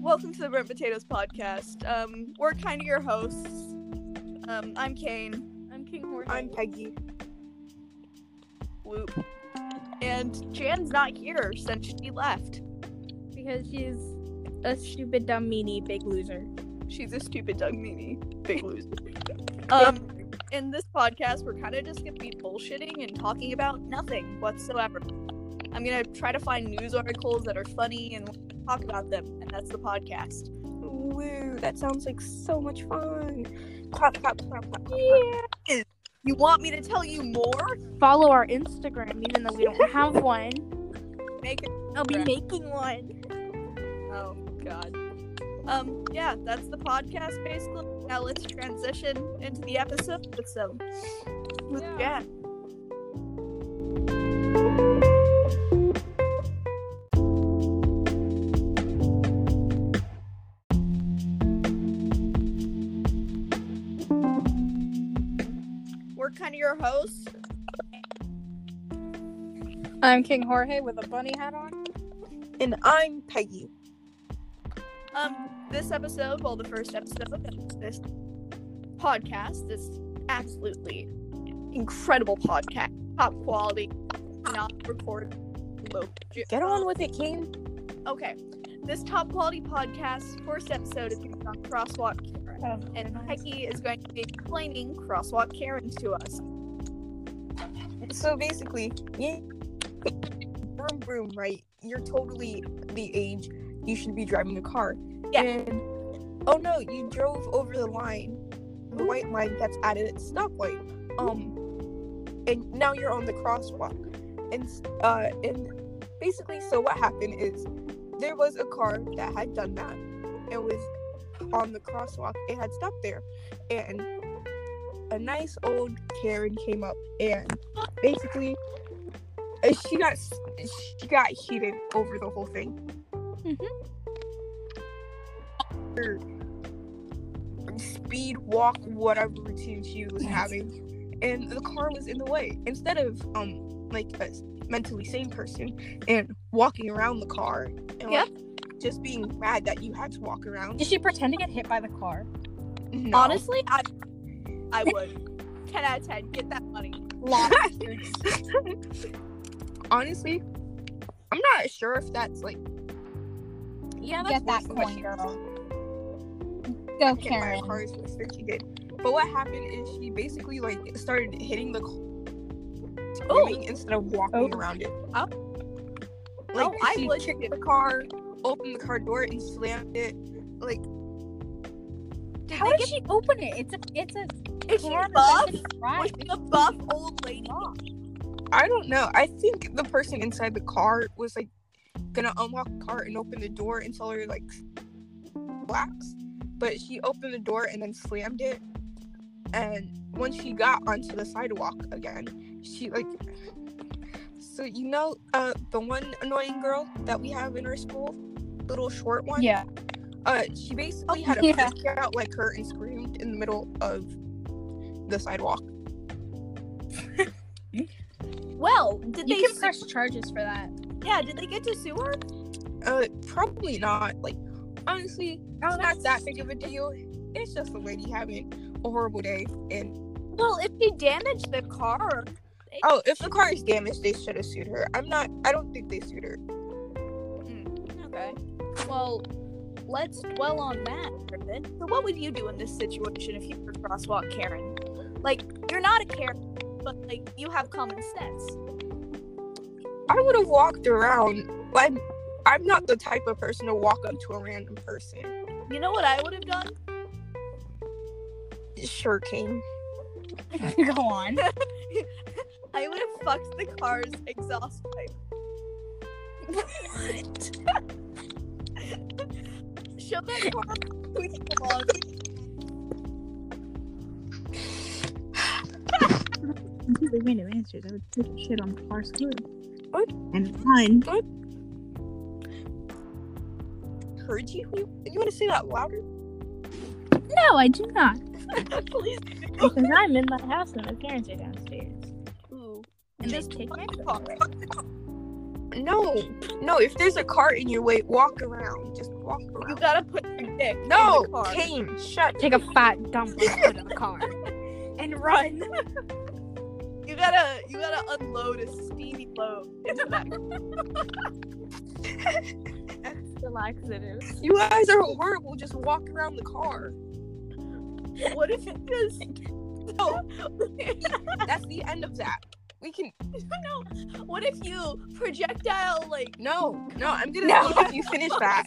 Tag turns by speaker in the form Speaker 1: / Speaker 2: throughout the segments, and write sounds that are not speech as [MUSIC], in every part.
Speaker 1: welcome to the Burnt Potatoes podcast. Um, we're kind of your hosts. Um, I'm Kane.
Speaker 2: I'm King Jorge.
Speaker 3: I'm Peggy.
Speaker 1: Whoop. And Jan's not here since she left.
Speaker 2: because she's a stupid dumb meanie big loser.
Speaker 1: She's a stupid Doug Meany. Big loser. Um, in this podcast, we're kind of just gonna be bullshitting and talking about nothing whatsoever. I'm gonna try to find news articles that are funny and we're gonna talk about them, and that's the podcast.
Speaker 3: Woo, that sounds like so much fun. Clap, clap, clap, clap, clap, clap.
Speaker 1: You want me to tell you more?
Speaker 2: Follow our Instagram, even though we
Speaker 3: [LAUGHS]
Speaker 2: don't have one.
Speaker 1: Make it.
Speaker 2: I'll be
Speaker 1: Right.
Speaker 2: making one.
Speaker 1: Oh God. Um. Yeah, that's the podcast basically. Now let's transition into the episode. um, So, with
Speaker 2: Yeah.
Speaker 1: Jan. We're kind of your hosts.
Speaker 2: I'm King Jorge with a bunny hat on.
Speaker 3: And I'm Peggy.
Speaker 1: Um, this episode, well, the first episode of this podcast, this absolutely incredible podcast, top quality, not recorded. Low budget.
Speaker 3: Get on with it, Kane.
Speaker 1: Okay, this top quality podcast first episode is going to be on Crosswalk Karen, and Peggy is going to be explaining Crosswalk Karen to us.
Speaker 3: So basically, yeah, broom, broom, right? You're totally the age you should be driving a car.
Speaker 1: Yeah.
Speaker 3: And, oh no, you drove over the line, the white line that's added at stoplight. Um, and now you're on the crosswalk. And s- uh, and basically, so what happened is there was a car that had done that and was on the crosswalk. It had stopped there, and a nice old Karen came up and basically uh, she got s- she got heated over the whole thing. Her speed walk whatever routine she was having, and the car was in the way. Instead of um like a s- mentally sane person and walking around the car and like, just being mad that you had to walk around.
Speaker 4: Did she pretend to get hit by the car?
Speaker 3: No.
Speaker 1: Honestly, I, I would. [LAUGHS] 10 out of 10, get that money.
Speaker 3: [LAUGHS] honestly, I'm not sure if that's like
Speaker 4: Yeah,
Speaker 3: that's
Speaker 4: get that
Speaker 3: worse than what
Speaker 4: coin,
Speaker 3: she
Speaker 4: girl. Go,
Speaker 3: hit by a
Speaker 4: Karen.
Speaker 3: car is worse than she did. But what happened is she basically like started hitting the
Speaker 1: Oh.
Speaker 3: car instead of walking
Speaker 4: Oh.
Speaker 3: around it.
Speaker 1: Oh.
Speaker 3: Like
Speaker 1: Oh, I
Speaker 3: she
Speaker 1: would
Speaker 3: kicked
Speaker 1: too.
Speaker 3: the car, opened the car door and slammed it. Like
Speaker 4: How did she open it? It's a, it's a
Speaker 1: Is she
Speaker 4: car.
Speaker 1: buff?
Speaker 4: that's a
Speaker 1: Was
Speaker 4: drive.
Speaker 1: she a buff old lady?
Speaker 3: I don't know. I think the person inside the car was like gonna unlock the car and open the door and tell her like collapse. But she opened the door and then slammed it. And when she got onto the sidewalk again, she like so you know uh the one annoying girl that we have in our school, little short one.
Speaker 4: Yeah.
Speaker 3: Uh, she basically had a
Speaker 4: Yeah.
Speaker 3: freak out like her and screamed in the middle of the sidewalk.
Speaker 1: Well, did they
Speaker 4: You can
Speaker 1: sue-
Speaker 4: press charges for that.
Speaker 1: Yeah, did they get to sue her?
Speaker 3: Uh, probably not. Like, honestly,
Speaker 4: Oh,
Speaker 3: it's not that big of a deal. It's just a lady having a horrible day. And
Speaker 1: Well, if she damaged the car,
Speaker 3: oh, if the car is damaged, they should have sued her. I'm not. I don't think they sued her.
Speaker 1: okay. Well, let's dwell on that for a bit. So, what would you do in this situation if you were crosswalk Karen? Like, you're not a Karen, but like you have common sense.
Speaker 3: I would have walked around. Like, I'm not the type of person to walk up to a random person.
Speaker 1: You know what I would have done?
Speaker 3: Sure, King.
Speaker 4: Go on.
Speaker 1: I would have fucked the car's exhaust pipe. [LAUGHS] What? Shove that car completely along.
Speaker 5: completely random answers. I would take a shit on Clark's hood.
Speaker 3: What?
Speaker 5: And mine.
Speaker 3: Heard you. You, you want to say that louder?
Speaker 4: No, I do [LAUGHS] not.
Speaker 1: Please.
Speaker 4: Because I'm in my house and my parents are downstairs.
Speaker 1: Ooh.
Speaker 4: And
Speaker 1: Just
Speaker 4: they take
Speaker 1: fuck
Speaker 4: my
Speaker 1: the
Speaker 4: foot
Speaker 1: car.
Speaker 4: away.
Speaker 3: No, no. If there's a car in your way, walk around. Just walk
Speaker 1: You
Speaker 3: around.
Speaker 1: gotta put your dick in
Speaker 3: No,
Speaker 1: the car.
Speaker 3: Kane, shut.
Speaker 2: Take a fat dump and put it in the car.
Speaker 4: and run.
Speaker 1: You gotta you gotta unload a steamy load into that car.
Speaker 2: Relax, it is.
Speaker 3: You guys are horrible. Just walk around the car.
Speaker 1: What if it just
Speaker 3: That's the end of that. We can.
Speaker 1: no? What if you projectile like
Speaker 3: No, no. I'm gonna
Speaker 4: No.
Speaker 3: leave if you [LAUGHS] finish that.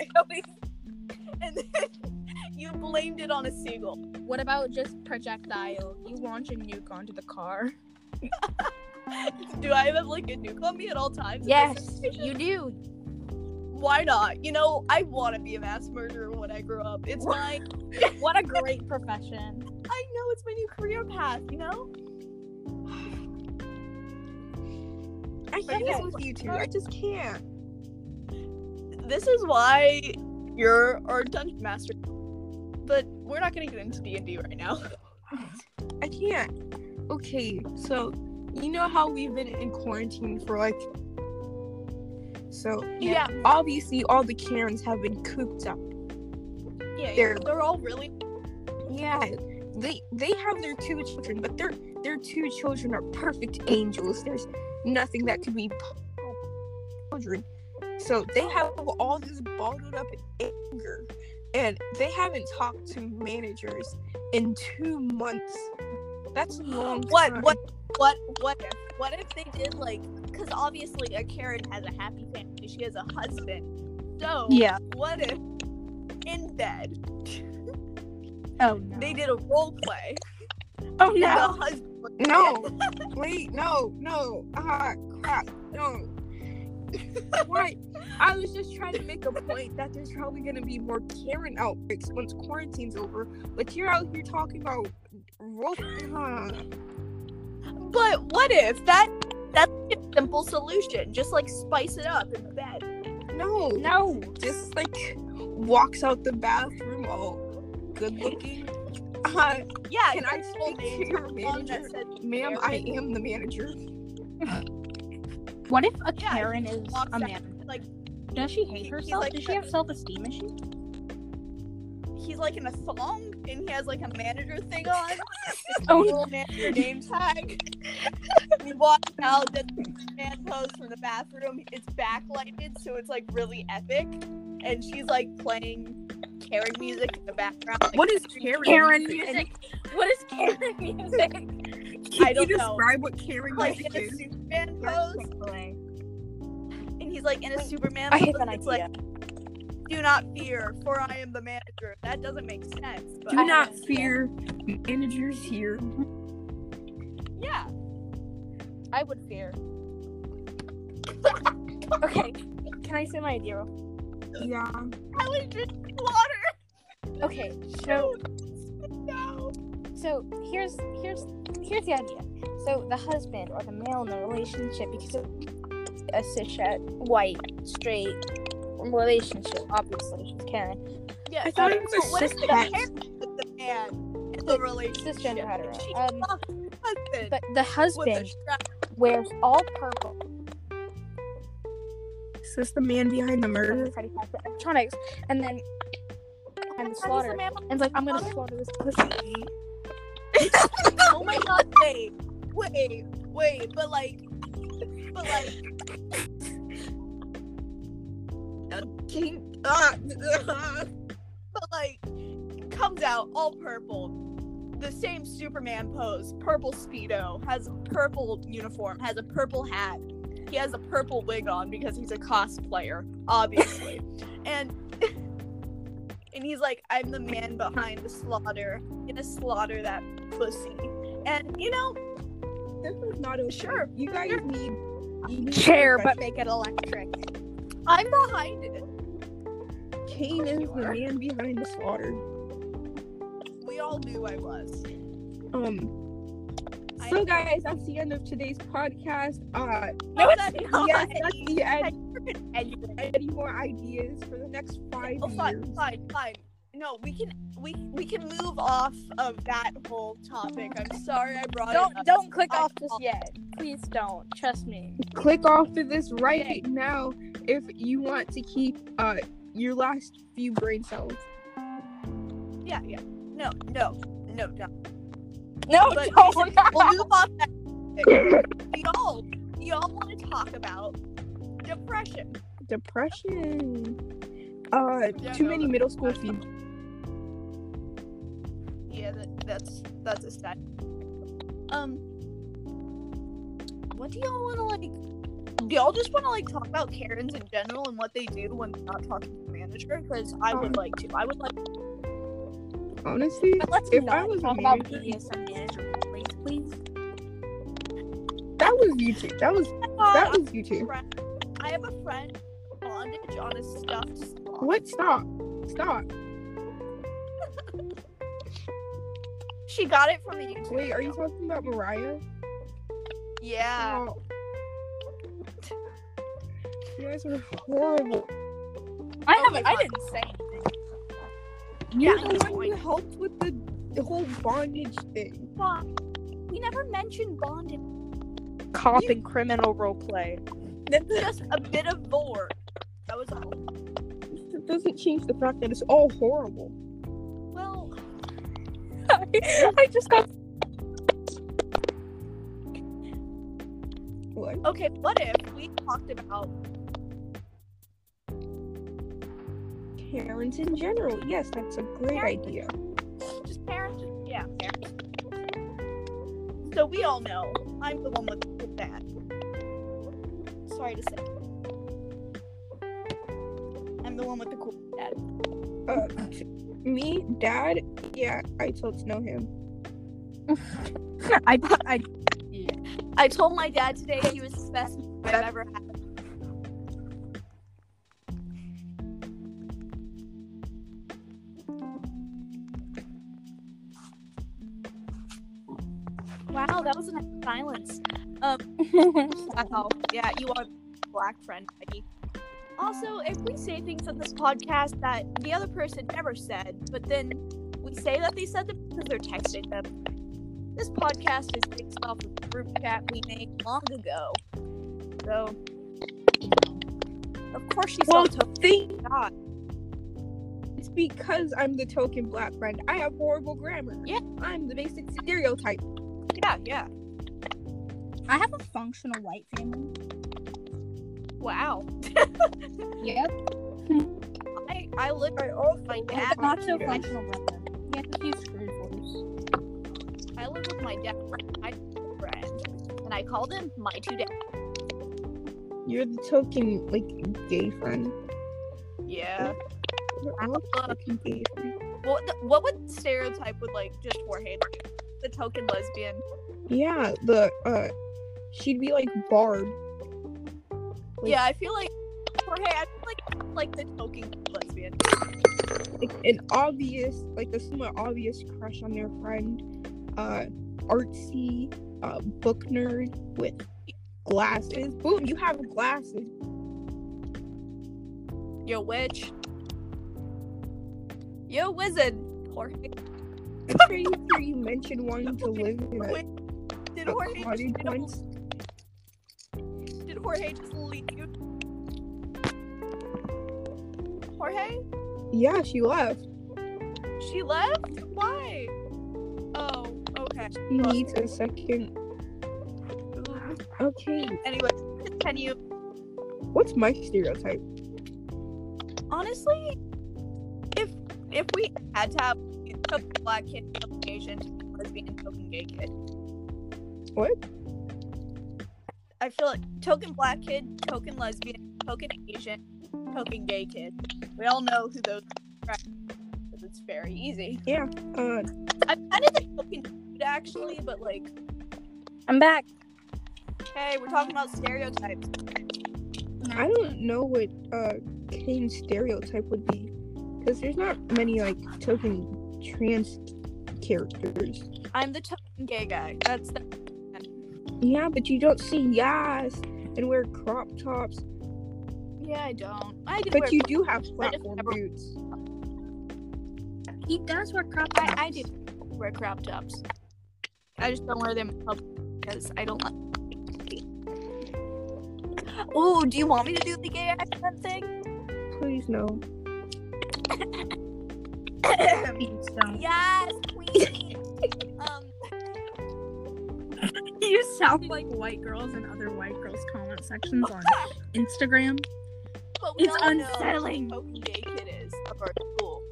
Speaker 1: [LAUGHS] and then you blamed it on a seagull?
Speaker 2: What about just projectile? You launch a nuke onto the car.
Speaker 1: Do I have like a nuke on me at all times? in this
Speaker 4: Yes,
Speaker 1: situation?
Speaker 4: you do.
Speaker 1: Why not? You know, I want to be a mass murderer when I grow up. It's my
Speaker 2: What a great profession.
Speaker 1: I know it's my new career path. You know,
Speaker 3: I hate this with you two. I just can't.
Speaker 1: this is why you're our dungeon master. But we're not gonna get into D and D right now.
Speaker 3: I can't. Okay, so you know how we've been in quarantine for like. So
Speaker 1: Yeah,
Speaker 3: obviously, all the Karens have been cooped up.
Speaker 1: yeah,
Speaker 3: They're-
Speaker 1: they're all really
Speaker 3: Yeah, they they have their two children, but their their two children are perfect angels. There's nothing that could be p- children. So they have all this bottled up anger, and they haven't talked to managers in two months. That's a long.
Speaker 1: what
Speaker 3: time.
Speaker 1: what what what if what if they did like because obviously a Karen has a happy family. She has a husband. So
Speaker 5: Yeah.
Speaker 1: what if in bed
Speaker 5: Oh no.
Speaker 1: they did a role play?
Speaker 4: Oh
Speaker 1: and
Speaker 4: no.
Speaker 1: The husband was
Speaker 3: [LAUGHS] No, wait, no, no. Ah, crap, no. Why? I was just trying to make a point that there's probably gonna be more Karen outbreaks once quarantine's over, but you're out here talking about rope. Huh.
Speaker 1: But what if that that's a simple solution? Just like spice it up in bed.
Speaker 3: No,
Speaker 4: No.
Speaker 3: just like walks out the bathroom all good looking. Uh,
Speaker 1: Yeah,
Speaker 3: can I
Speaker 1: full
Speaker 3: speak to
Speaker 1: name.
Speaker 3: your
Speaker 1: Mom that
Speaker 3: manager?
Speaker 1: said,
Speaker 3: Ma'am, I am the manager.
Speaker 4: What if a
Speaker 1: Yeah,
Speaker 4: Karen is
Speaker 1: walks
Speaker 4: a
Speaker 1: out,
Speaker 4: man?
Speaker 1: like-
Speaker 4: does she
Speaker 1: He-
Speaker 4: hate
Speaker 1: he's
Speaker 4: herself?
Speaker 1: like
Speaker 4: does
Speaker 1: the-
Speaker 4: she have self-esteem issues?
Speaker 1: he's like in a thong and he has like a manager thing
Speaker 3: [LAUGHS]
Speaker 1: on.
Speaker 4: Oh,
Speaker 1: Little manager name tag. And he walks out, does the man pose from the bathroom. It's backlighted, so it's like really epic. And she's like playing Karen music in the background. Like,
Speaker 3: What is Karen?
Speaker 4: Karen
Speaker 3: music?
Speaker 4: music.
Speaker 2: What is Karen music?
Speaker 3: Can
Speaker 1: I don't
Speaker 3: you
Speaker 1: know.
Speaker 3: describe what Karen
Speaker 1: like
Speaker 3: music
Speaker 1: in a
Speaker 3: is?
Speaker 1: Superman pose, and he's like in a Superman
Speaker 4: I
Speaker 1: pose.
Speaker 4: have an
Speaker 1: it's
Speaker 4: idea.
Speaker 1: like, do not fear, for I am the manager. That doesn't make sense, but
Speaker 3: Do not fear managers here.
Speaker 1: yeah.
Speaker 2: I would fear.
Speaker 4: okay, can I say my idea? real
Speaker 3: Yeah.
Speaker 1: I was drinking water. [LAUGHS]
Speaker 4: quick? Okay, so
Speaker 1: No.
Speaker 4: so here's here's here's the idea. So the husband or the male in the relationship, because of a cis white straight relationship, obviously she's Karen,
Speaker 1: Yeah.
Speaker 3: I thought it was a
Speaker 1: what if
Speaker 3: cis
Speaker 1: the
Speaker 3: hat.
Speaker 1: man with the man in the relationship?
Speaker 4: cisgender hetero.
Speaker 1: She
Speaker 4: Um,
Speaker 1: fucked her husband
Speaker 4: but
Speaker 1: with a
Speaker 4: the husband
Speaker 1: strap.
Speaker 4: wears all purple
Speaker 3: Is this the man behind the
Speaker 4: from
Speaker 3: murder?
Speaker 4: Freddy Fazbear electronics, and then and
Speaker 1: That is
Speaker 4: slaughter,
Speaker 1: a man with-
Speaker 4: and it's like I'm gonna slaughter this pussy.
Speaker 1: [LAUGHS] Oh my god! Wait, wait, wait! But like, but like,
Speaker 3: King. Ah, [LAUGHS] ah.
Speaker 1: but [LAUGHS] like, comes out all purple. The same Superman pose, purple speedo, has a purple uniform, has a purple hat. He has a purple wig on because he's a cosplayer, obviously. and [LAUGHS] and he's like, I'm the man behind the slaughter. gonna slaughter that pussy. And you know,
Speaker 3: this is not okay.
Speaker 1: Sure.
Speaker 3: You guys
Speaker 1: Sure.
Speaker 3: need. you need
Speaker 4: Chair,
Speaker 3: to
Speaker 4: but make it electric.
Speaker 1: I'm behind it.
Speaker 3: respect- Kane is the man behind the slaughter.
Speaker 1: We all knew I was.
Speaker 3: Um.
Speaker 1: I
Speaker 3: So
Speaker 1: know.
Speaker 3: guys, that's the end of today's podcast. Uh,
Speaker 1: [LAUGHS] No, Oh, that's not.
Speaker 3: yes, that's the end.
Speaker 1: Anyway.
Speaker 3: Any more ideas for the next five
Speaker 1: Oh,
Speaker 3: years?
Speaker 1: fine, fine, fine. No, we can we we can move off of that whole topic. I'm sorry I brought
Speaker 4: Don't
Speaker 1: it up.
Speaker 4: don't click
Speaker 1: I-
Speaker 4: off just yet. Please don't. Trust me.
Speaker 3: Click off to this right now if you want to keep uh your last few
Speaker 1: [LAUGHS]
Speaker 3: brain cells.
Speaker 1: Yeah, yeah. No, no, no, no.
Speaker 4: No,
Speaker 1: But
Speaker 4: don't.
Speaker 1: We'll
Speaker 4: [LAUGHS]
Speaker 1: move on. to that. we all, we all want to talk about depression.
Speaker 3: Depression. Uh,
Speaker 1: Yeah,
Speaker 3: too
Speaker 1: no,
Speaker 3: many
Speaker 1: that-
Speaker 3: middle school
Speaker 1: that's-
Speaker 3: feed.
Speaker 1: Yeah, that, that's that's a stat. Um, what do y'all want to like? Do y'all just want to like talk about Karens in general and what they do when they're not talking to the manager? Because I would like to. I would like.
Speaker 3: Honestly,
Speaker 4: But let's
Speaker 3: if
Speaker 4: not
Speaker 3: I was a
Speaker 4: talk about
Speaker 3: manager-
Speaker 4: BDSM management, please, please.
Speaker 3: that was you two. That was that was you two.
Speaker 1: friend- I have a friend bondage on a stuffed sloth.
Speaker 3: What? Stop. Stop.
Speaker 1: She got it from a YouTube.
Speaker 3: Wait, are you
Speaker 1: video.
Speaker 3: talking about Mariah?
Speaker 1: Yeah.
Speaker 3: Oh. You guys are horrible.
Speaker 4: I haven't. I didn't say anything.
Speaker 1: Yeah,
Speaker 3: You're
Speaker 1: I
Speaker 3: the
Speaker 1: know,
Speaker 3: one
Speaker 1: I
Speaker 3: who
Speaker 1: know.
Speaker 3: helped with the, the whole bondage thing.
Speaker 1: Bond. We never mentioned bondage.
Speaker 2: Cop and criminal roleplay.
Speaker 3: That,
Speaker 1: Just a bit of lore. That was all.
Speaker 3: that doesn't change the fact that it's all horrible.
Speaker 1: Well,
Speaker 4: [LAUGHS] I just [LAUGHS] got.
Speaker 3: What?
Speaker 1: okay. What if we talked about
Speaker 3: Parents in general. Yes, that's a great
Speaker 1: Parents.
Speaker 3: idea.
Speaker 1: just parents? Yeah, parents. So we all know I'm the one with with that. Sorry to say. I'm the one with the cool dad.
Speaker 3: Uh, t- me, dad. Yeah, I told to know him.
Speaker 5: I, I,
Speaker 1: I told my dad today he was the best man I've ever had. Wow, that was a nice silence. Wow. Yeah, you are black friend, Peggy. Also, if we say things on this podcast that the other person never said, but then we say that they said them because they're texting them. This podcast is based off of a group chat we made long ago. So, of course, she's
Speaker 3: Well,
Speaker 1: not told
Speaker 3: Thank
Speaker 1: God.
Speaker 3: It's because I'm the token black friend. I have horrible grammar.
Speaker 1: Yeah.
Speaker 3: I'm the basic stereotype.
Speaker 1: Yeah, yeah.
Speaker 2: I have a functional white family.
Speaker 1: Wow.
Speaker 4: Yep.
Speaker 1: I, I look
Speaker 3: I also
Speaker 1: My
Speaker 3: have
Speaker 1: dad
Speaker 3: a
Speaker 2: Not so
Speaker 3: podcast.
Speaker 2: functional brother. He has a huge screw
Speaker 1: I live with my dad, my friend, and I called him my two dad.
Speaker 3: You're the token like gay friend.
Speaker 1: Yeah.
Speaker 3: You're all
Speaker 1: Uh,
Speaker 3: token gay friend.
Speaker 1: What the, what would stereotype would like just Jorge the token lesbian?
Speaker 3: Yeah, the uh, she'd be like Barb. Like-
Speaker 1: yeah, I feel like Jorge. I feel like like the token lesbian.
Speaker 3: like an obvious, like a somewhat obvious crush on their friend, uh, artsy, uh, book nerd with glasses. Boom, you have glasses.
Speaker 1: Yo witch. Yo wizard. Jorge.
Speaker 3: It's crazy you mentioned wanting to live
Speaker 1: [LAUGHS]
Speaker 3: in a,
Speaker 1: Wait, Did
Speaker 3: a
Speaker 1: Jorge just,
Speaker 3: cottage
Speaker 1: did, Jorge-
Speaker 3: once.
Speaker 1: did Jorge just leave you? Jorge,
Speaker 3: Yeah, she left.
Speaker 1: she left. Why? Oh, okay.
Speaker 3: She needs a second.
Speaker 1: Ooh.
Speaker 3: Okay,
Speaker 1: Anyway, continue.
Speaker 3: what's my stereotype?
Speaker 1: honestly, if if we had to have a token black kid, token Asian, lesbian, token gay kid.
Speaker 3: What?
Speaker 1: I feel like token black kid, token lesbian, token Asian, token gay kid. We all know who those are. right? 'Cause It's very easy.
Speaker 3: Uh,
Speaker 1: I'm kind of the token dude actually, but like,
Speaker 2: I'm back.
Speaker 1: hey, we're talking about stereotypes.
Speaker 3: I don't know what uh Kane's stereotype would be, because there's not many like token trans characters.
Speaker 1: I'm the token gay guy. That's the
Speaker 3: Yeah, but you don't see yas and wear crop tops,
Speaker 1: yeah. I don't. I do. wear-
Speaker 3: but you do have platform
Speaker 1: never-
Speaker 3: boots.
Speaker 2: He does wear crop
Speaker 1: I, I do
Speaker 4: [LAUGHS]
Speaker 1: wear crop tops. I just don't wear them in public because I don't like. Oh, do you want me to do the gay accent thing?
Speaker 3: Please no.
Speaker 1: Yes,
Speaker 5: [LAUGHS]
Speaker 1: queen. um,
Speaker 5: You sound like white girls and other white girls' comment sections
Speaker 4: [LAUGHS]
Speaker 5: on Instagram.
Speaker 1: but we
Speaker 5: It's
Speaker 1: all
Speaker 5: unsettling.
Speaker 1: know who the Poke Day kid is of our school.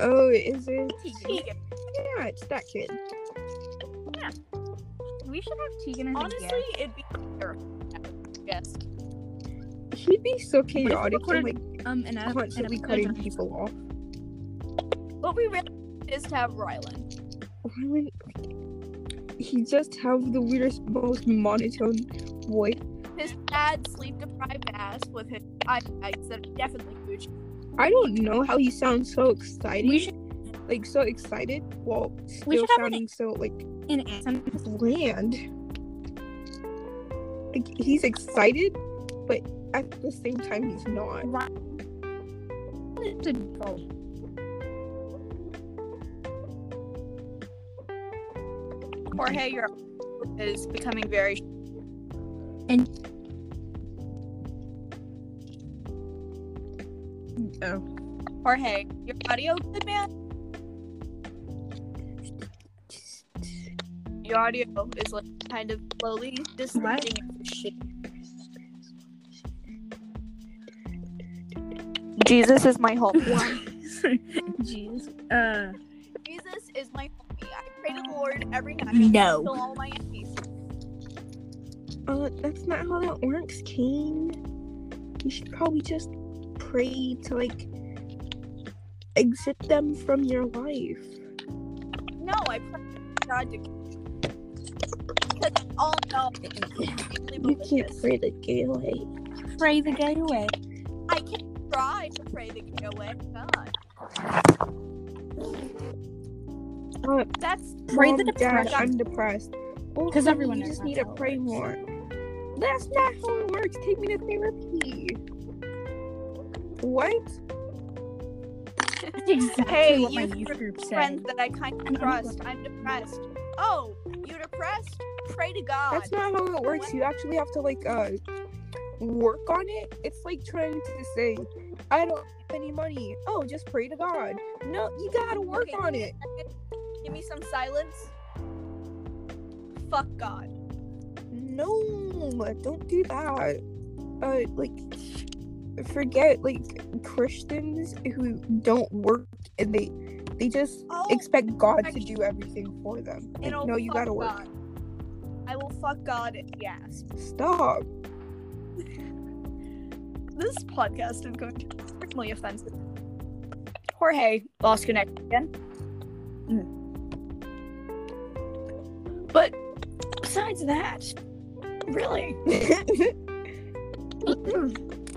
Speaker 3: Oh, is it?
Speaker 5: Mm-hmm.
Speaker 1: Tegan.
Speaker 3: Yeah, it's that kid.
Speaker 2: We should have Tegan as a
Speaker 1: Honestly,
Speaker 2: guest.
Speaker 1: it'd be yes.
Speaker 3: He'd be so chaotic and
Speaker 5: recorded
Speaker 3: like
Speaker 5: Um, and I
Speaker 3: constantly cutting people off.
Speaker 1: What we really need is to have Rylan.
Speaker 3: Rylan, he just have the weirdest, most monotone voice.
Speaker 1: His sad, sleep deprived ass with his eye bags that are definitely Gucci.
Speaker 3: I don't know how he sounds so excited.
Speaker 2: We should
Speaker 3: like so excited while
Speaker 2: We
Speaker 3: still
Speaker 2: should have an-
Speaker 3: sounding so like
Speaker 2: in some
Speaker 3: bland. Like he's excited, but at the same time he's not.
Speaker 2: to vote.
Speaker 1: Jorge, your is becoming very. [LAUGHS]
Speaker 5: Oh,
Speaker 1: Jorge, your audio good, man? Your audio is like kind of slowly disrupting shit. Jesus is my homie.
Speaker 5: jeez. Uh,
Speaker 1: Jesus is my homie. I pray to the Lord every night.
Speaker 2: No.
Speaker 1: Kill all my enemies.
Speaker 3: Uh, that's not how that works, Kane. You should probably just pray to like exit them from your life.
Speaker 1: No, I pray to God to because I all know completely
Speaker 3: You can't
Speaker 1: religious.
Speaker 3: pray to gay away.
Speaker 2: Pray the gay
Speaker 1: [LAUGHS]
Speaker 2: away.
Speaker 1: I can try to pray to get away. from God.
Speaker 3: Uh,
Speaker 1: That's
Speaker 2: Pray
Speaker 3: Mom,
Speaker 2: the
Speaker 3: Dad,
Speaker 2: depression.
Speaker 3: I'm depressed. Oh,
Speaker 2: 'Cause
Speaker 3: honey,
Speaker 2: everyone
Speaker 3: you
Speaker 2: knows
Speaker 3: just
Speaker 2: how
Speaker 3: need to
Speaker 2: that
Speaker 3: pray
Speaker 2: works.
Speaker 3: more. That's not how it works. Take me to therapy. What?
Speaker 2: That's exactly
Speaker 1: Hey,
Speaker 2: what my
Speaker 1: you
Speaker 2: youth group said.
Speaker 1: friends that I kind of trust. I'm depressed. Oh, you depressed? Pray to God.
Speaker 3: That's not how it works. You actually have to like uh work on it. It's like trying to say, I don't have any money. Oh, just pray to God. No, you gotta work
Speaker 1: Okay,
Speaker 3: on
Speaker 1: give me
Speaker 3: it.
Speaker 1: a second. Give me some silence. Fuck God.
Speaker 3: No, don't do that. Uh, like forget like Christians who don't work and they they just
Speaker 1: Oh,
Speaker 3: expect God to
Speaker 1: perfection.
Speaker 3: do everything for them.
Speaker 1: and
Speaker 3: Like,
Speaker 1: I'll
Speaker 3: no, you
Speaker 1: fuck
Speaker 3: gotta work.
Speaker 1: God. I will fuck God in the ass.
Speaker 3: Stop. [LAUGHS]
Speaker 1: This podcast is going to be extremely offensive. Jorge lost connection again. Mm. But besides that, really,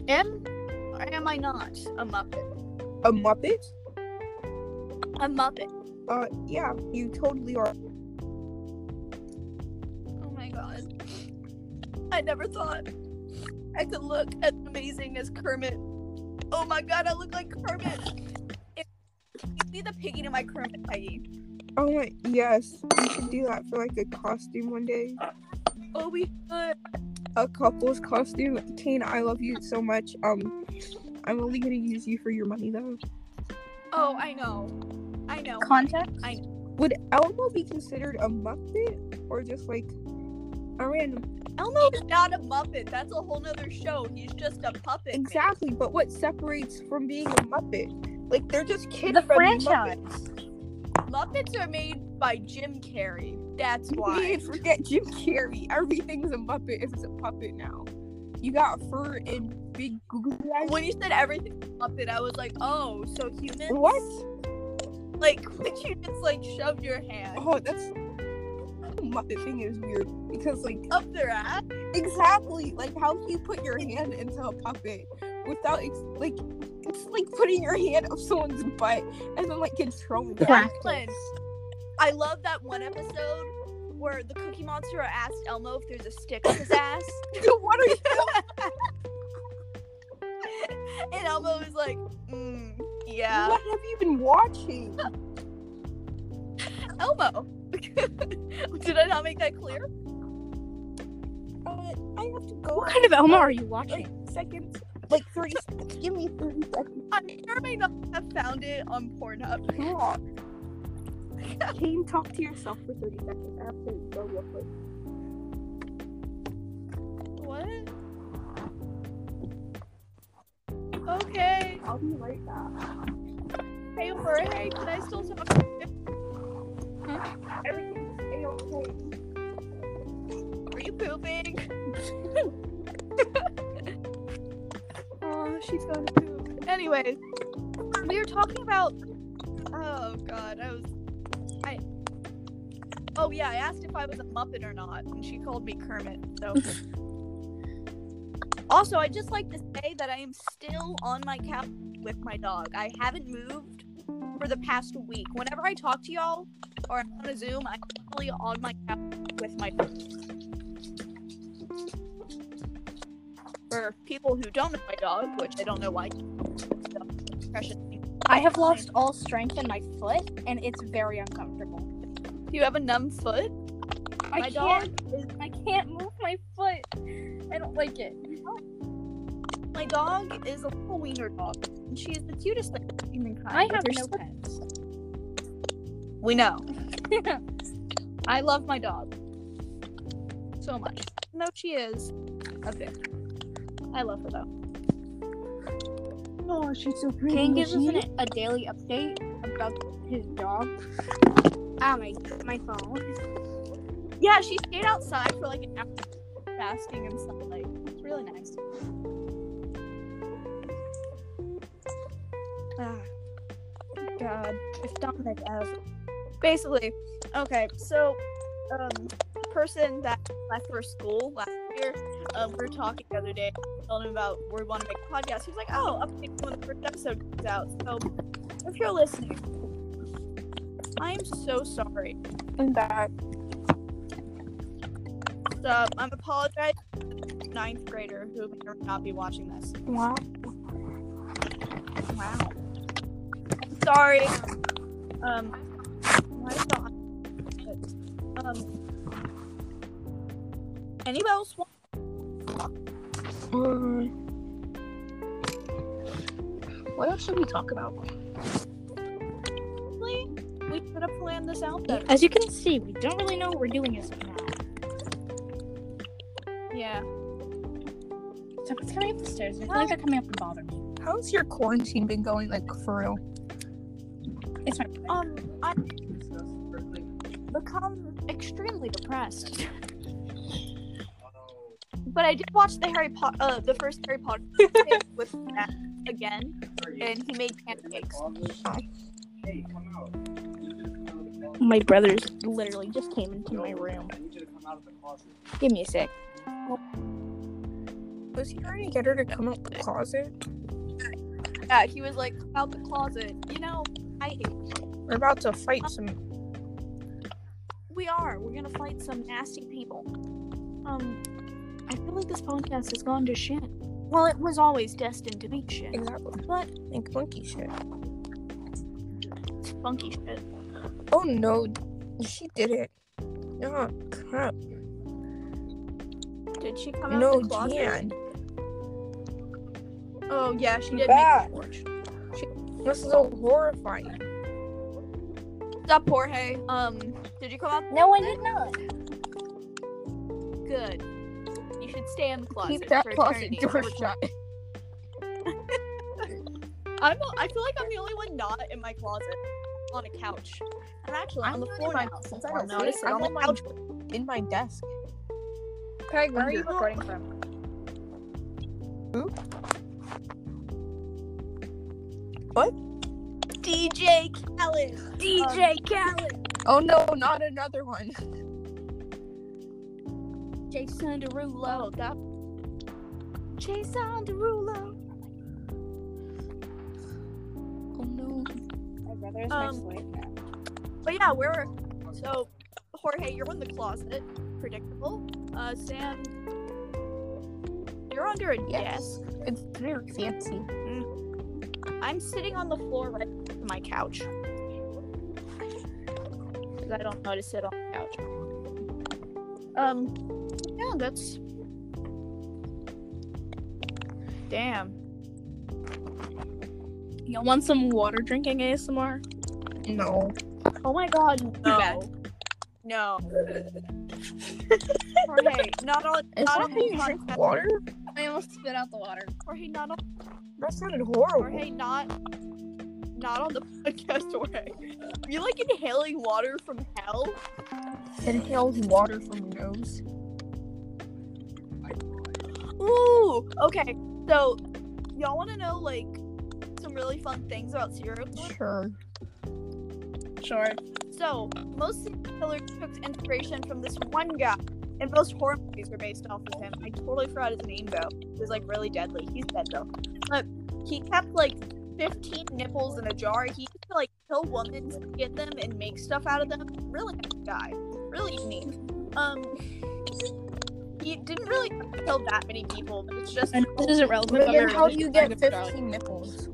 Speaker 1: am or am I not a Muppet?
Speaker 3: A Muppet?
Speaker 1: A Muppet.
Speaker 3: Uh, yeah, you totally are.
Speaker 1: Oh my god. I never thought I could look as amazing as Kermit. Oh my god, I look like Kermit. If you see the piggy to my Kermit Peggy.
Speaker 3: Oh my, yes, we should do that for like a costume one day.
Speaker 1: Oh, we should.
Speaker 3: A couple's costume. Kane, I love you so much. Um, I'm only gonna use you for your money though.
Speaker 1: Oh, I know. I know.
Speaker 2: Context?
Speaker 3: Would Elmo be considered a Muppet or just like a random?
Speaker 1: Elmo's not a Muppet. That's a whole nother show. He's just a puppet. man.
Speaker 3: Exactly, but what separates from being a Muppet? Like they're just kids
Speaker 2: The
Speaker 3: from
Speaker 2: franchise.
Speaker 3: Muppets.
Speaker 1: Muppets are made by Jim Carrey. That's
Speaker 3: Why?
Speaker 1: why.
Speaker 3: [LAUGHS] Forget Jim Carrey. Everything's a Muppet if it's a puppet now. You got fur and big googly eyes.
Speaker 1: when you said everything Muppet, I was like, oh, so humans?
Speaker 3: What?
Speaker 1: Like, [LAUGHS] would you just like shove your hand
Speaker 3: Oh, that's the Muppet thing is weird because like
Speaker 1: up their ass?
Speaker 3: exactly like how can you put your hand into a puppet without ex- like it's like putting your hand up someone's butt and then like controlling it.
Speaker 1: Jacqueline, I love that one episode where the Cookie Monster asked Elmo if there's a stick up his ass,
Speaker 3: [LAUGHS] what are you?
Speaker 1: and Elmo was like, mm, "Yeah,
Speaker 3: What have you been watching?
Speaker 1: Elmo." [LAUGHS] Did I not make that clear?
Speaker 3: Uh, I have to go.
Speaker 2: What kind of Elmo are you watching?
Speaker 3: Like, seconds. Like 30 seconds. Give me 30 seconds.
Speaker 1: I may or may not have found it on Pornhub.
Speaker 6: Kane, talk to yourself for 30 seconds. I have to go real quick.
Speaker 1: What? Okay.
Speaker 6: I'll be right back.
Speaker 1: Hey, Jorge, can I still talk? to you?
Speaker 6: Everything's A-okay.
Speaker 1: Are you pooping? [LAUGHS] oh, she's going to poop. Anyways, we were talking about. Oh God, I was. I. Oh yeah, I asked if I was a Muppet or not, and she called me Kermit. So. also, I would just like to say that I am still on my couch with my dog. I haven't moved for the past week. Whenever I talk to y'all or I'm on a Zoom, I'm literally on my couch with my for people who don't know my dog, which I don't know why. Precious.
Speaker 4: I have lost all strength in my foot, and it's very uncomfortable.
Speaker 1: Do you have a numb foot?
Speaker 4: I
Speaker 1: My
Speaker 4: can't,
Speaker 1: dog
Speaker 4: I can't move my foot. I don't like it.
Speaker 1: My dog is a little wiener dog, and she is the cutest thing of humankind.
Speaker 4: I
Speaker 1: but
Speaker 4: have
Speaker 1: there's
Speaker 4: no
Speaker 1: still-
Speaker 4: pets.
Speaker 1: We
Speaker 4: [LAUGHS]
Speaker 1: know. I love my dog so much. No, she is a bitch. I love her though.
Speaker 5: Oh, she's so pretty.
Speaker 4: Kane gives us an, a daily update about his dog. Ah, my my phone.
Speaker 1: Yeah, she stayed outside for like an hour, basking in sunlight. It's really nice. Ah, God, if Dominic ever. Basically, okay, so um, person that left for school last year, uh, we were talking the other day, telling him about we want to make a podcast. He was like, "Oh, update when the first episode comes out." So if you're listening, I am so sorry.
Speaker 3: I'm back.
Speaker 1: So I'm apologizing to the ninth grader who may or may not be watching this.
Speaker 3: Wow.
Speaker 1: I'm sorry. Um, why is that on- um, anybody else want?
Speaker 3: Um,
Speaker 6: Mm. What else should we talk about?
Speaker 1: Really? We should have planned this out better.
Speaker 4: As you can see, we don't really know what we're doing as of now.
Speaker 1: Yeah.
Speaker 4: Someone's coming up the stairs. I feel like they're coming up to bother me.
Speaker 3: how's your quarantine been going? Like for real?
Speaker 4: It's my
Speaker 1: Um, I become extremely depressed. But I did watch the Harry Potter, uh, the first Harry Potter [LAUGHS] with Matt again, and he made pancakes.
Speaker 4: my brothers literally just came into my room. Give me a sec.
Speaker 3: Was he trying to get her to come out the closet?
Speaker 1: Yeah, he was like out the closet. You know, I hate
Speaker 3: We're about to fight some.
Speaker 1: we are. We're gonna fight some nasty people. Um, I feel like this podcast has gone to shit. Well, it was always destined to be shit.
Speaker 3: Exactly.
Speaker 1: What?
Speaker 3: Like monkey shit.
Speaker 1: Funky shit.
Speaker 3: Oh no, she did it. Oh crap.
Speaker 1: Did she come out
Speaker 3: No,
Speaker 1: the closet?
Speaker 3: Jan.
Speaker 1: Oh yeah, she did.
Speaker 3: Back.
Speaker 1: Make the porch.
Speaker 3: This is so horrifying.
Speaker 1: Stop, Jorge. Um, did you come out
Speaker 4: No, I did not.
Speaker 1: good? You should stay in the closet
Speaker 6: Keep that
Speaker 1: for
Speaker 6: closet
Speaker 1: eternity.
Speaker 6: door shut.
Speaker 1: I'm. I feel like I'm the only one not in my closet on a couch. I'm actually on
Speaker 3: I'm
Speaker 1: the
Speaker 3: not in
Speaker 1: floor
Speaker 3: my
Speaker 1: now since I don't
Speaker 3: closet.
Speaker 1: notice. it.
Speaker 3: I'm
Speaker 1: I'm on
Speaker 3: in
Speaker 1: the
Speaker 3: my-
Speaker 1: couch.
Speaker 3: In my desk.
Speaker 4: Craig,
Speaker 3: where are you
Speaker 4: recording from?
Speaker 1: DJ Khaled. DJ
Speaker 3: Oh no, not another one.
Speaker 4: Jason Derulo.
Speaker 1: Khaled. That. Jason Derulo.
Speaker 3: Oh no.
Speaker 4: My brother is
Speaker 1: my
Speaker 4: my
Speaker 1: Um, But yeah, we're so Jorge, you're in the closet, predictable. Uh, Sam, you're under a
Speaker 3: Yes.
Speaker 1: desk.
Speaker 3: It's very fancy.
Speaker 1: I'm sitting on the floor right next to my couch because I don't know how to sit on the couch. Um, yeah, that's damn.
Speaker 2: Y'all want some water drinking ASMR?
Speaker 3: No.
Speaker 4: Oh my god.
Speaker 1: No. [LAUGHS] No. Jorge, not all.
Speaker 2: Is
Speaker 1: not all
Speaker 2: that how you
Speaker 1: podcasts-
Speaker 3: Water?
Speaker 2: I almost spit out the water.
Speaker 1: Jorge, not all.
Speaker 3: That sounded horrible.
Speaker 1: Jorge, not. Not on the [LAUGHS] podcast, Jorge. You're like inhaling water from hell.
Speaker 3: Inhaled water from your nose.
Speaker 1: Ooh. Okay. So, y'all want to know like some really fun things about serial killers?
Speaker 3: Sure.
Speaker 2: Sure.
Speaker 1: So, most serial killers took inspiration from this one guy, and most horror movies were based off of him. I totally forgot his name though. He was like really deadly. He's dead though. But he kept like 15 nipples in a jar. He used to like kill women, get them, and make stuff out of them. Really nice guy. Really neat. Um. He didn't really kill that many people, but it's just
Speaker 2: I know this isn't relevant.
Speaker 3: But
Speaker 2: but
Speaker 3: then
Speaker 2: I'm
Speaker 3: how do you
Speaker 2: really
Speaker 3: get
Speaker 2: trying to
Speaker 3: 15 nipples?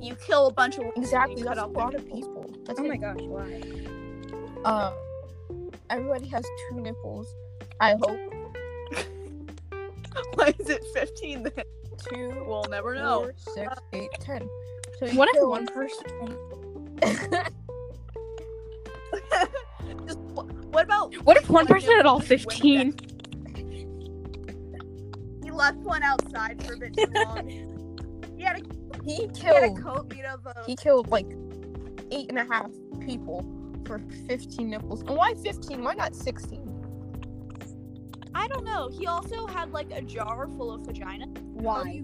Speaker 1: you kill a bunch of women and
Speaker 3: Exactly.
Speaker 1: you cut
Speaker 3: That's a
Speaker 1: off their
Speaker 3: lot of
Speaker 1: nipples.
Speaker 3: people. That's
Speaker 4: Oh my
Speaker 3: like,
Speaker 4: gosh, why?
Speaker 3: uh, everybody has two nipples. I hope
Speaker 1: Why is it 15 then? [LAUGHS]
Speaker 3: two,
Speaker 1: We'll never know.
Speaker 3: four, six, eight, ten. So
Speaker 2: What if
Speaker 3: kill-
Speaker 2: one person?
Speaker 1: Just, wh- what about
Speaker 2: What if one
Speaker 1: Like,
Speaker 2: person had all
Speaker 1: when that-
Speaker 2: fifteen?
Speaker 1: He left one outside for a bit too long.
Speaker 3: [LAUGHS]
Speaker 1: he had a,
Speaker 3: He
Speaker 1: he had a
Speaker 3: killed.
Speaker 1: coat made of uh,
Speaker 3: He killed like eight and a half people for 15 nipples. And why 15? Why not 16?
Speaker 1: I don't know. He also had like a jar full of vagina.
Speaker 4: Why?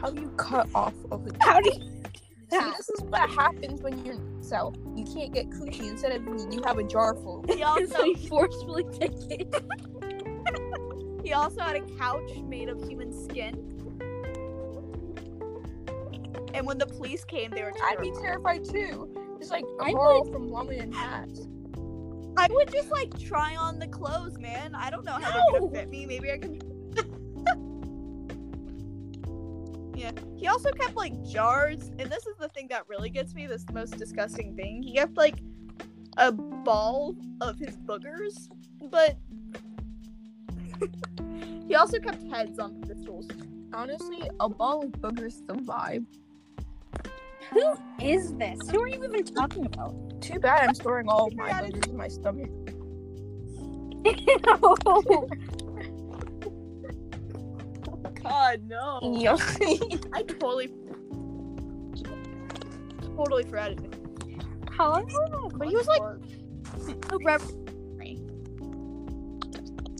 Speaker 3: How do you cut off of a
Speaker 4: How do you
Speaker 3: [LAUGHS] See, this is what happens when you're so you can't get coochie instead of me. You have a jar full.
Speaker 2: [LAUGHS]
Speaker 1: He also
Speaker 2: So forcefully take it.
Speaker 1: he also had a couch made of human skin. And when the police came, they were
Speaker 3: I'd
Speaker 1: terrified.
Speaker 3: be terrified too. It's like
Speaker 2: I'd
Speaker 3: Laurel from Woman and Hats.
Speaker 1: I would just like try on the clothes, man. I don't know how they're gonna fit me. Maybe I can. [LAUGHS] yeah. He also kept like jars, and this is the thing that really gets me. This most disgusting thing. He kept like a ball of his boogers, but [LAUGHS] he also kept heads on pistols.
Speaker 3: Honestly, a ball of boogers the vibe.
Speaker 4: Who
Speaker 2: [LAUGHS]
Speaker 4: is this? Who are you even talking about?
Speaker 3: Too bad I'm storing all of my boogers in my stomach.
Speaker 1: God no!
Speaker 3: Yucky.
Speaker 1: I totally, totally forgot it.
Speaker 4: How long has it been?
Speaker 1: But he was like a revolutionary.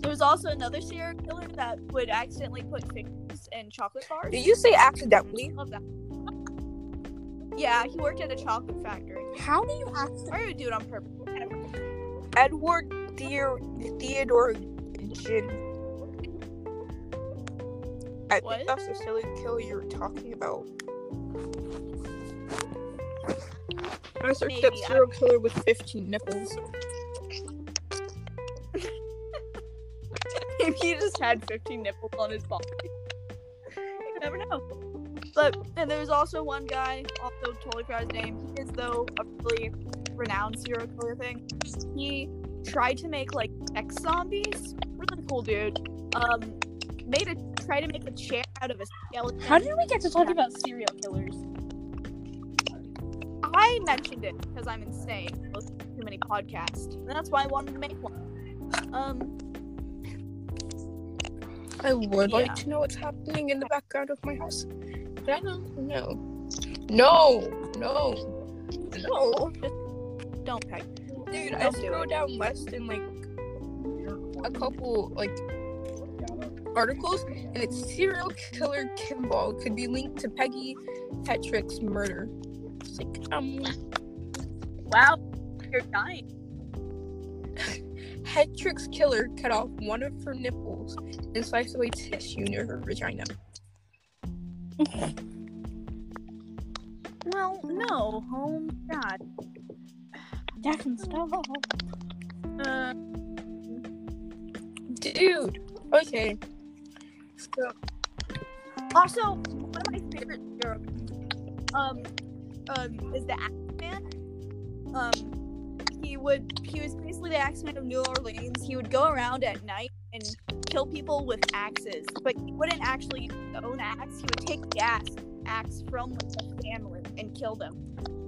Speaker 1: There was also another serial killer that would accidentally put fingers in chocolate bars.
Speaker 3: Did you say accidentally?
Speaker 1: Love that. [LAUGHS] Yeah, he worked at a chocolate factory.
Speaker 4: How do you accidentally?
Speaker 1: Or he would do it on purpose. [LAUGHS]
Speaker 3: Edward Theo Theodore Gin. I
Speaker 1: What?
Speaker 3: think that's the silly kill you were talking about. I searched up
Speaker 1: Maybe, I-
Speaker 3: serial killer with 15 nipples.
Speaker 1: Maybe he just had 15 nipples on his body. [LAUGHS] you never know. But and there's also one guy, also totally forgot his name. He is though a really renowned serial killer thing. He tried to make like sex zombies. Really cool dude. Um, made a try to make a chair out of a skeleton.
Speaker 2: How did we get to talk about serial killers?
Speaker 1: I mentioned it because I'm insane. I listen to too many podcasts, and that's why I wanted to make one. Um,
Speaker 3: I would
Speaker 1: Yeah.
Speaker 3: like to know what's happening in the background of my house, but I don't know. No, no, no,
Speaker 1: don't peg.
Speaker 3: dude! I
Speaker 1: Don't do
Speaker 3: scrolled
Speaker 1: it.
Speaker 3: down less than like a couple like articles, and it's serial killer Kimball could be linked to Peggy Patrick's murder. It's like, um,
Speaker 1: Wow, you're dying.
Speaker 3: Patrick's killer cut off one of her nipples and sliced away tissue near her vagina.
Speaker 1: Well, no, oh my god.
Speaker 4: Jackson, stop.
Speaker 1: Uh,
Speaker 3: Dude, okay. So,
Speaker 1: also, one of my favorite heroes, um, um, is the Axeman. Um, he would he was basically the Axeman of New Orleans. He would go around at night and kill people with axes, but he wouldn't actually use his own axe. He would take gas acts from the family and kill them.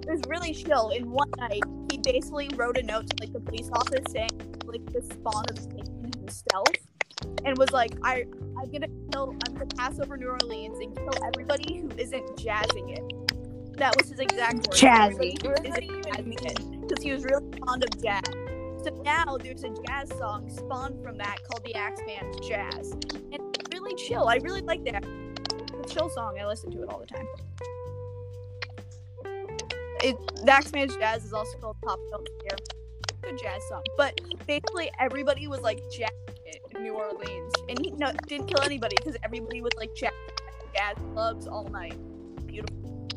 Speaker 1: It was really chill. In one night, he basically wrote a note to like the police office saying like the spawn of Satan himself, and was like, I I'm gonna kill I'm gonna pass over New Orleans and kill everybody who isn't jazzing it. That was his exact word.
Speaker 4: Jazzy.
Speaker 1: Because he was really fond of jazz. So now there's a jazz song spawned from that called the Axeman's Jazz. And it's really chill. I really like that. It's a chill song. I listen to it all the time. It, the Axeman's Jazz is also called Pop Films Here. Good jazz song. But basically everybody was like jazz it in New Orleans. And he no, didn't kill anybody because everybody was like jazz, jazz clubs all night. Beautiful.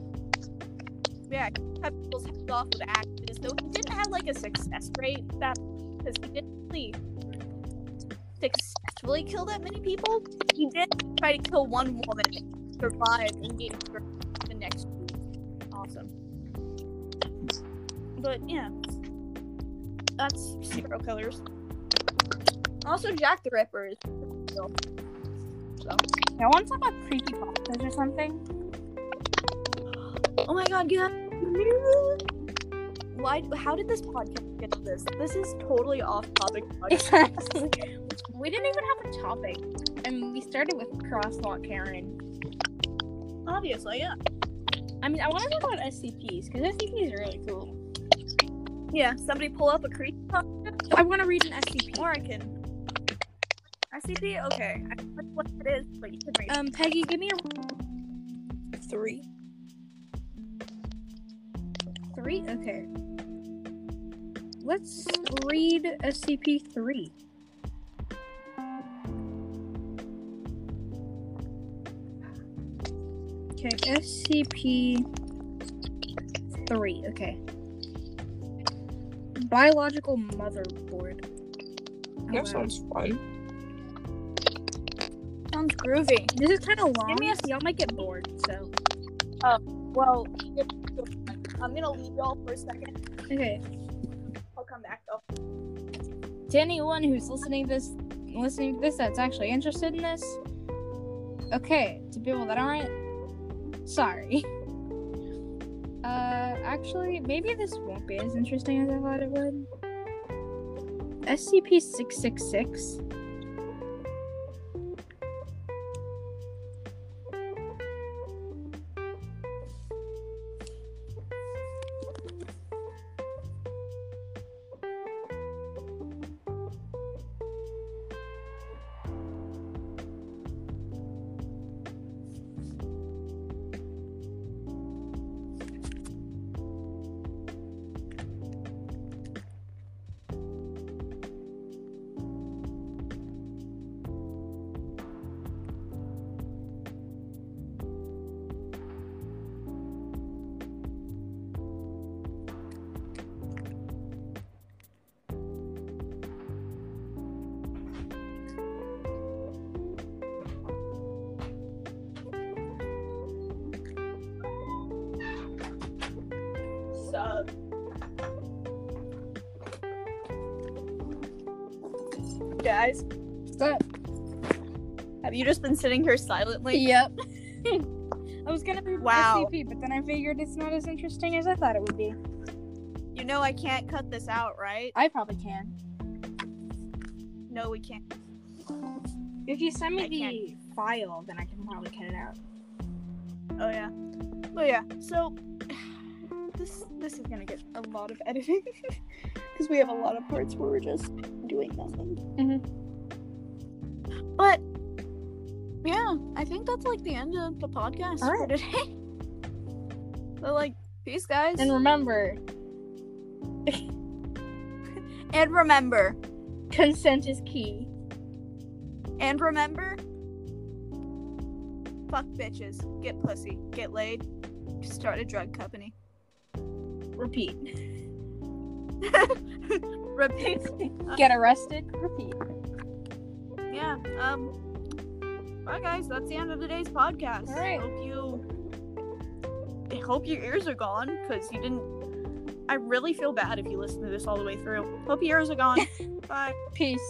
Speaker 1: Yeah, cut people's heads off with axes. Though he didn't have like a success rate that because he didn't really successfully kill that many people. He did try to kill one woman, survive, and get her the next. week. Awesome. But yeah, that's serial killers. Also, Jack the Ripper is real. So.
Speaker 4: I want to talk about creepypastas or something.
Speaker 1: Oh my god, yeah. [LAUGHS] Why? How did this podcast get to this? This is totally off [LAUGHS] topic.
Speaker 4: Exactly. we didn't even have a topic, and we started with crosswalk Karen.
Speaker 1: Obviously, yeah.
Speaker 4: I mean, I want to talk about SCPs because SCPs are really cool.
Speaker 1: Yeah, somebody pull up a creep.
Speaker 4: I want to read an SCP.
Speaker 1: Or I can. SCP? Okay. I don't know what it is, but you can read.
Speaker 4: Um, Peggy, give me a
Speaker 3: Three.
Speaker 4: three. Okay. Let's read SCP three. Okay, SCP three. Okay. Biological motherboard.
Speaker 1: Uh-huh.
Speaker 3: That sounds fun.
Speaker 1: sounds groovy.
Speaker 4: Um, This is kind of long.
Speaker 1: me a-
Speaker 4: so y'all might get bored. So
Speaker 1: Well, I'm gonna leave y'all for a second.
Speaker 4: okay.
Speaker 1: I'll come back though.
Speaker 4: to anyone who's listening this listening to this that's actually interested in this okay to people that aren't sorry [LAUGHS] uh actually maybe this won't be as interesting as i thought it would scp-666
Speaker 1: Sub. Guys, have you just been sitting here silently?
Speaker 4: yep [LAUGHS] i was gonna be
Speaker 1: Wow.
Speaker 4: scp but then i figured it's not as interesting as i thought it would be
Speaker 1: You know I can't cut this out, right?
Speaker 4: i probably can
Speaker 1: No, we can't.
Speaker 4: if you send me
Speaker 1: I
Speaker 4: the file then i can probably cut it out
Speaker 1: Oh yeah. But yeah, so [SIGHS] this this is gonna get a lot of editing [LAUGHS] because we have a lot of parts where we're just doing nothing.
Speaker 4: Mm-hmm.
Speaker 1: But yeah, I think that's like the end of the podcast
Speaker 4: All
Speaker 1: for
Speaker 4: right.
Speaker 1: today. [LAUGHS] so like, peace, guys,
Speaker 4: and remember
Speaker 1: and remember,
Speaker 4: consent is key
Speaker 1: and remember, fuck bitches, get pussy, get laid, start a drug company.
Speaker 4: repeat
Speaker 1: [LAUGHS] Repeat.
Speaker 4: get arrested repeat
Speaker 1: yeah um all right guys that's the end of today's podcast
Speaker 4: All right.
Speaker 1: hope you i hope your ears are gone because you didn't i really feel bad if you listen to this all the way through hope your ears are gone bye
Speaker 4: peace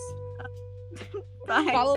Speaker 1: bye
Speaker 4: follow